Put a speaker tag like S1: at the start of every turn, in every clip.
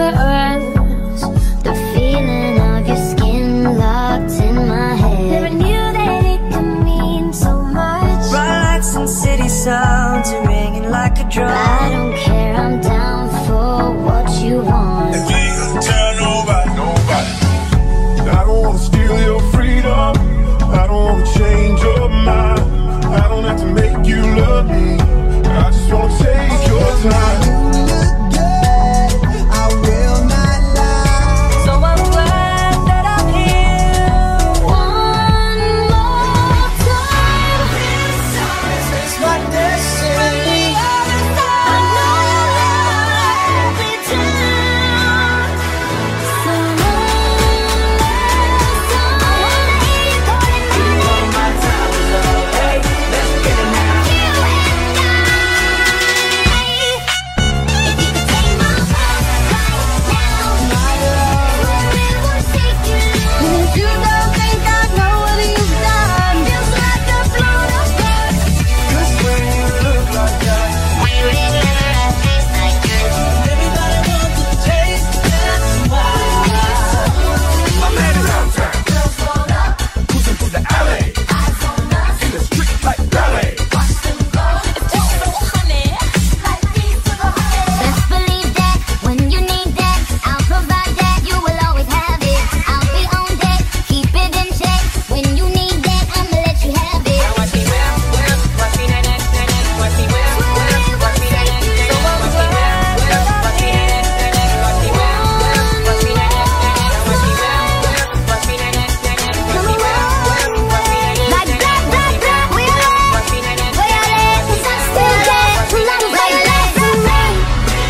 S1: us.
S2: The feeling of your skin locked in my
S1: Never
S2: head.
S1: knew that it could mean so much.
S3: Bright lights and city sounds are ringing like a
S2: I
S3: drum.
S2: don't care, I'm down for what you want.
S4: And please don't tell nobody, nobody. I don't wanna steal your freedom. I don't wanna change your mind. I don't have to make you love me. I just wanna take your time.
S3: So I'm glad that I'm here.
S2: One more time. I know you let me down. So
S1: You don't think I know what you've done. Feels like a blown up spark.
S4: Cause when you look like that,
S3: Everybody wants to taste this wine.
S4: my man is out time. Cruising through the alley. In the street like ballet.
S2: Best believe that when you need that, I'll provide that. You will always have it. I'll be on deck, keep it in check. When you need that, I'ma let you have it.
S5: Watch me well, well, watch me na na na na, watch me well, well, watch me na na na na, watch me well, well, watch me na na na na, watch me well, well, watch me na na na na, watch me well, well, watch me na na na na, watch me well, well, watch me na na na na,
S2: Like that, that, that, we all at,
S5: watch me na na
S2: we all at, since I'm still there. Like that, that, that. I know that I'll be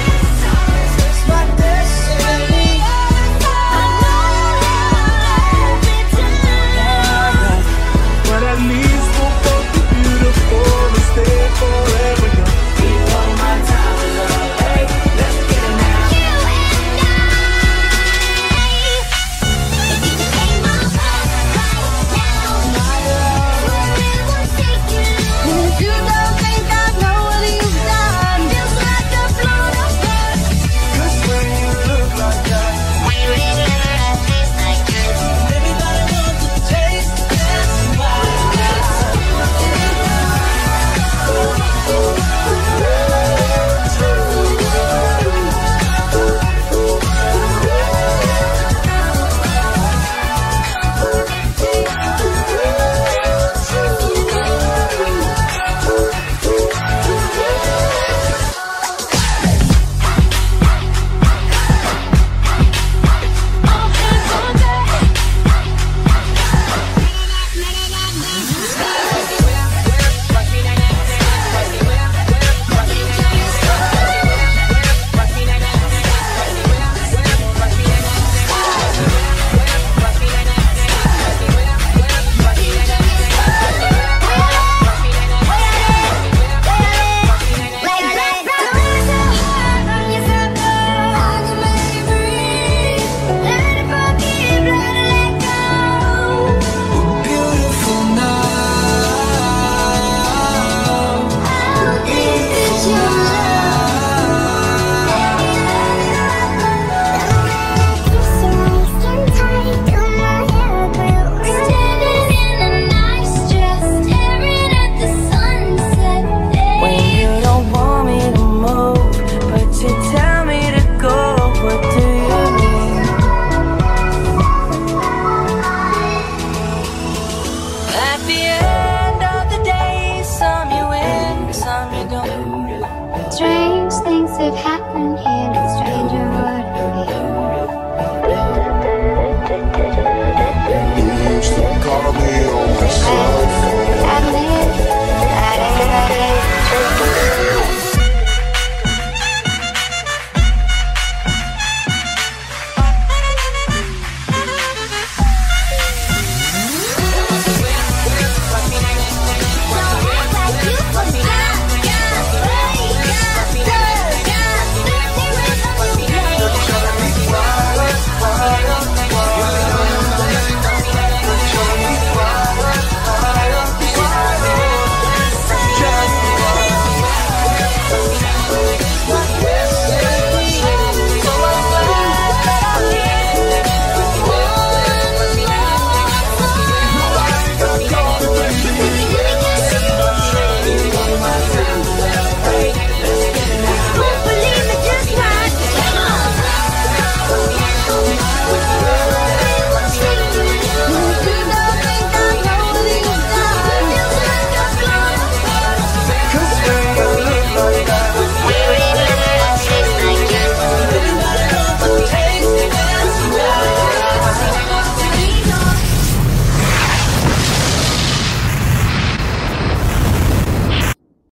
S2: down.
S4: But at least we'll both be beautiful and stay forever young.
S1: You don't think I know what you've done. Feels like a blown up spark.
S4: Cause when you look like that.
S3: Everybody wants to taste this wine. Beautiful now. When you don't want me to move, but you tell me to go, what do you mean? At the end of the day, some you win, some you don't.
S1: Strange things have happened here.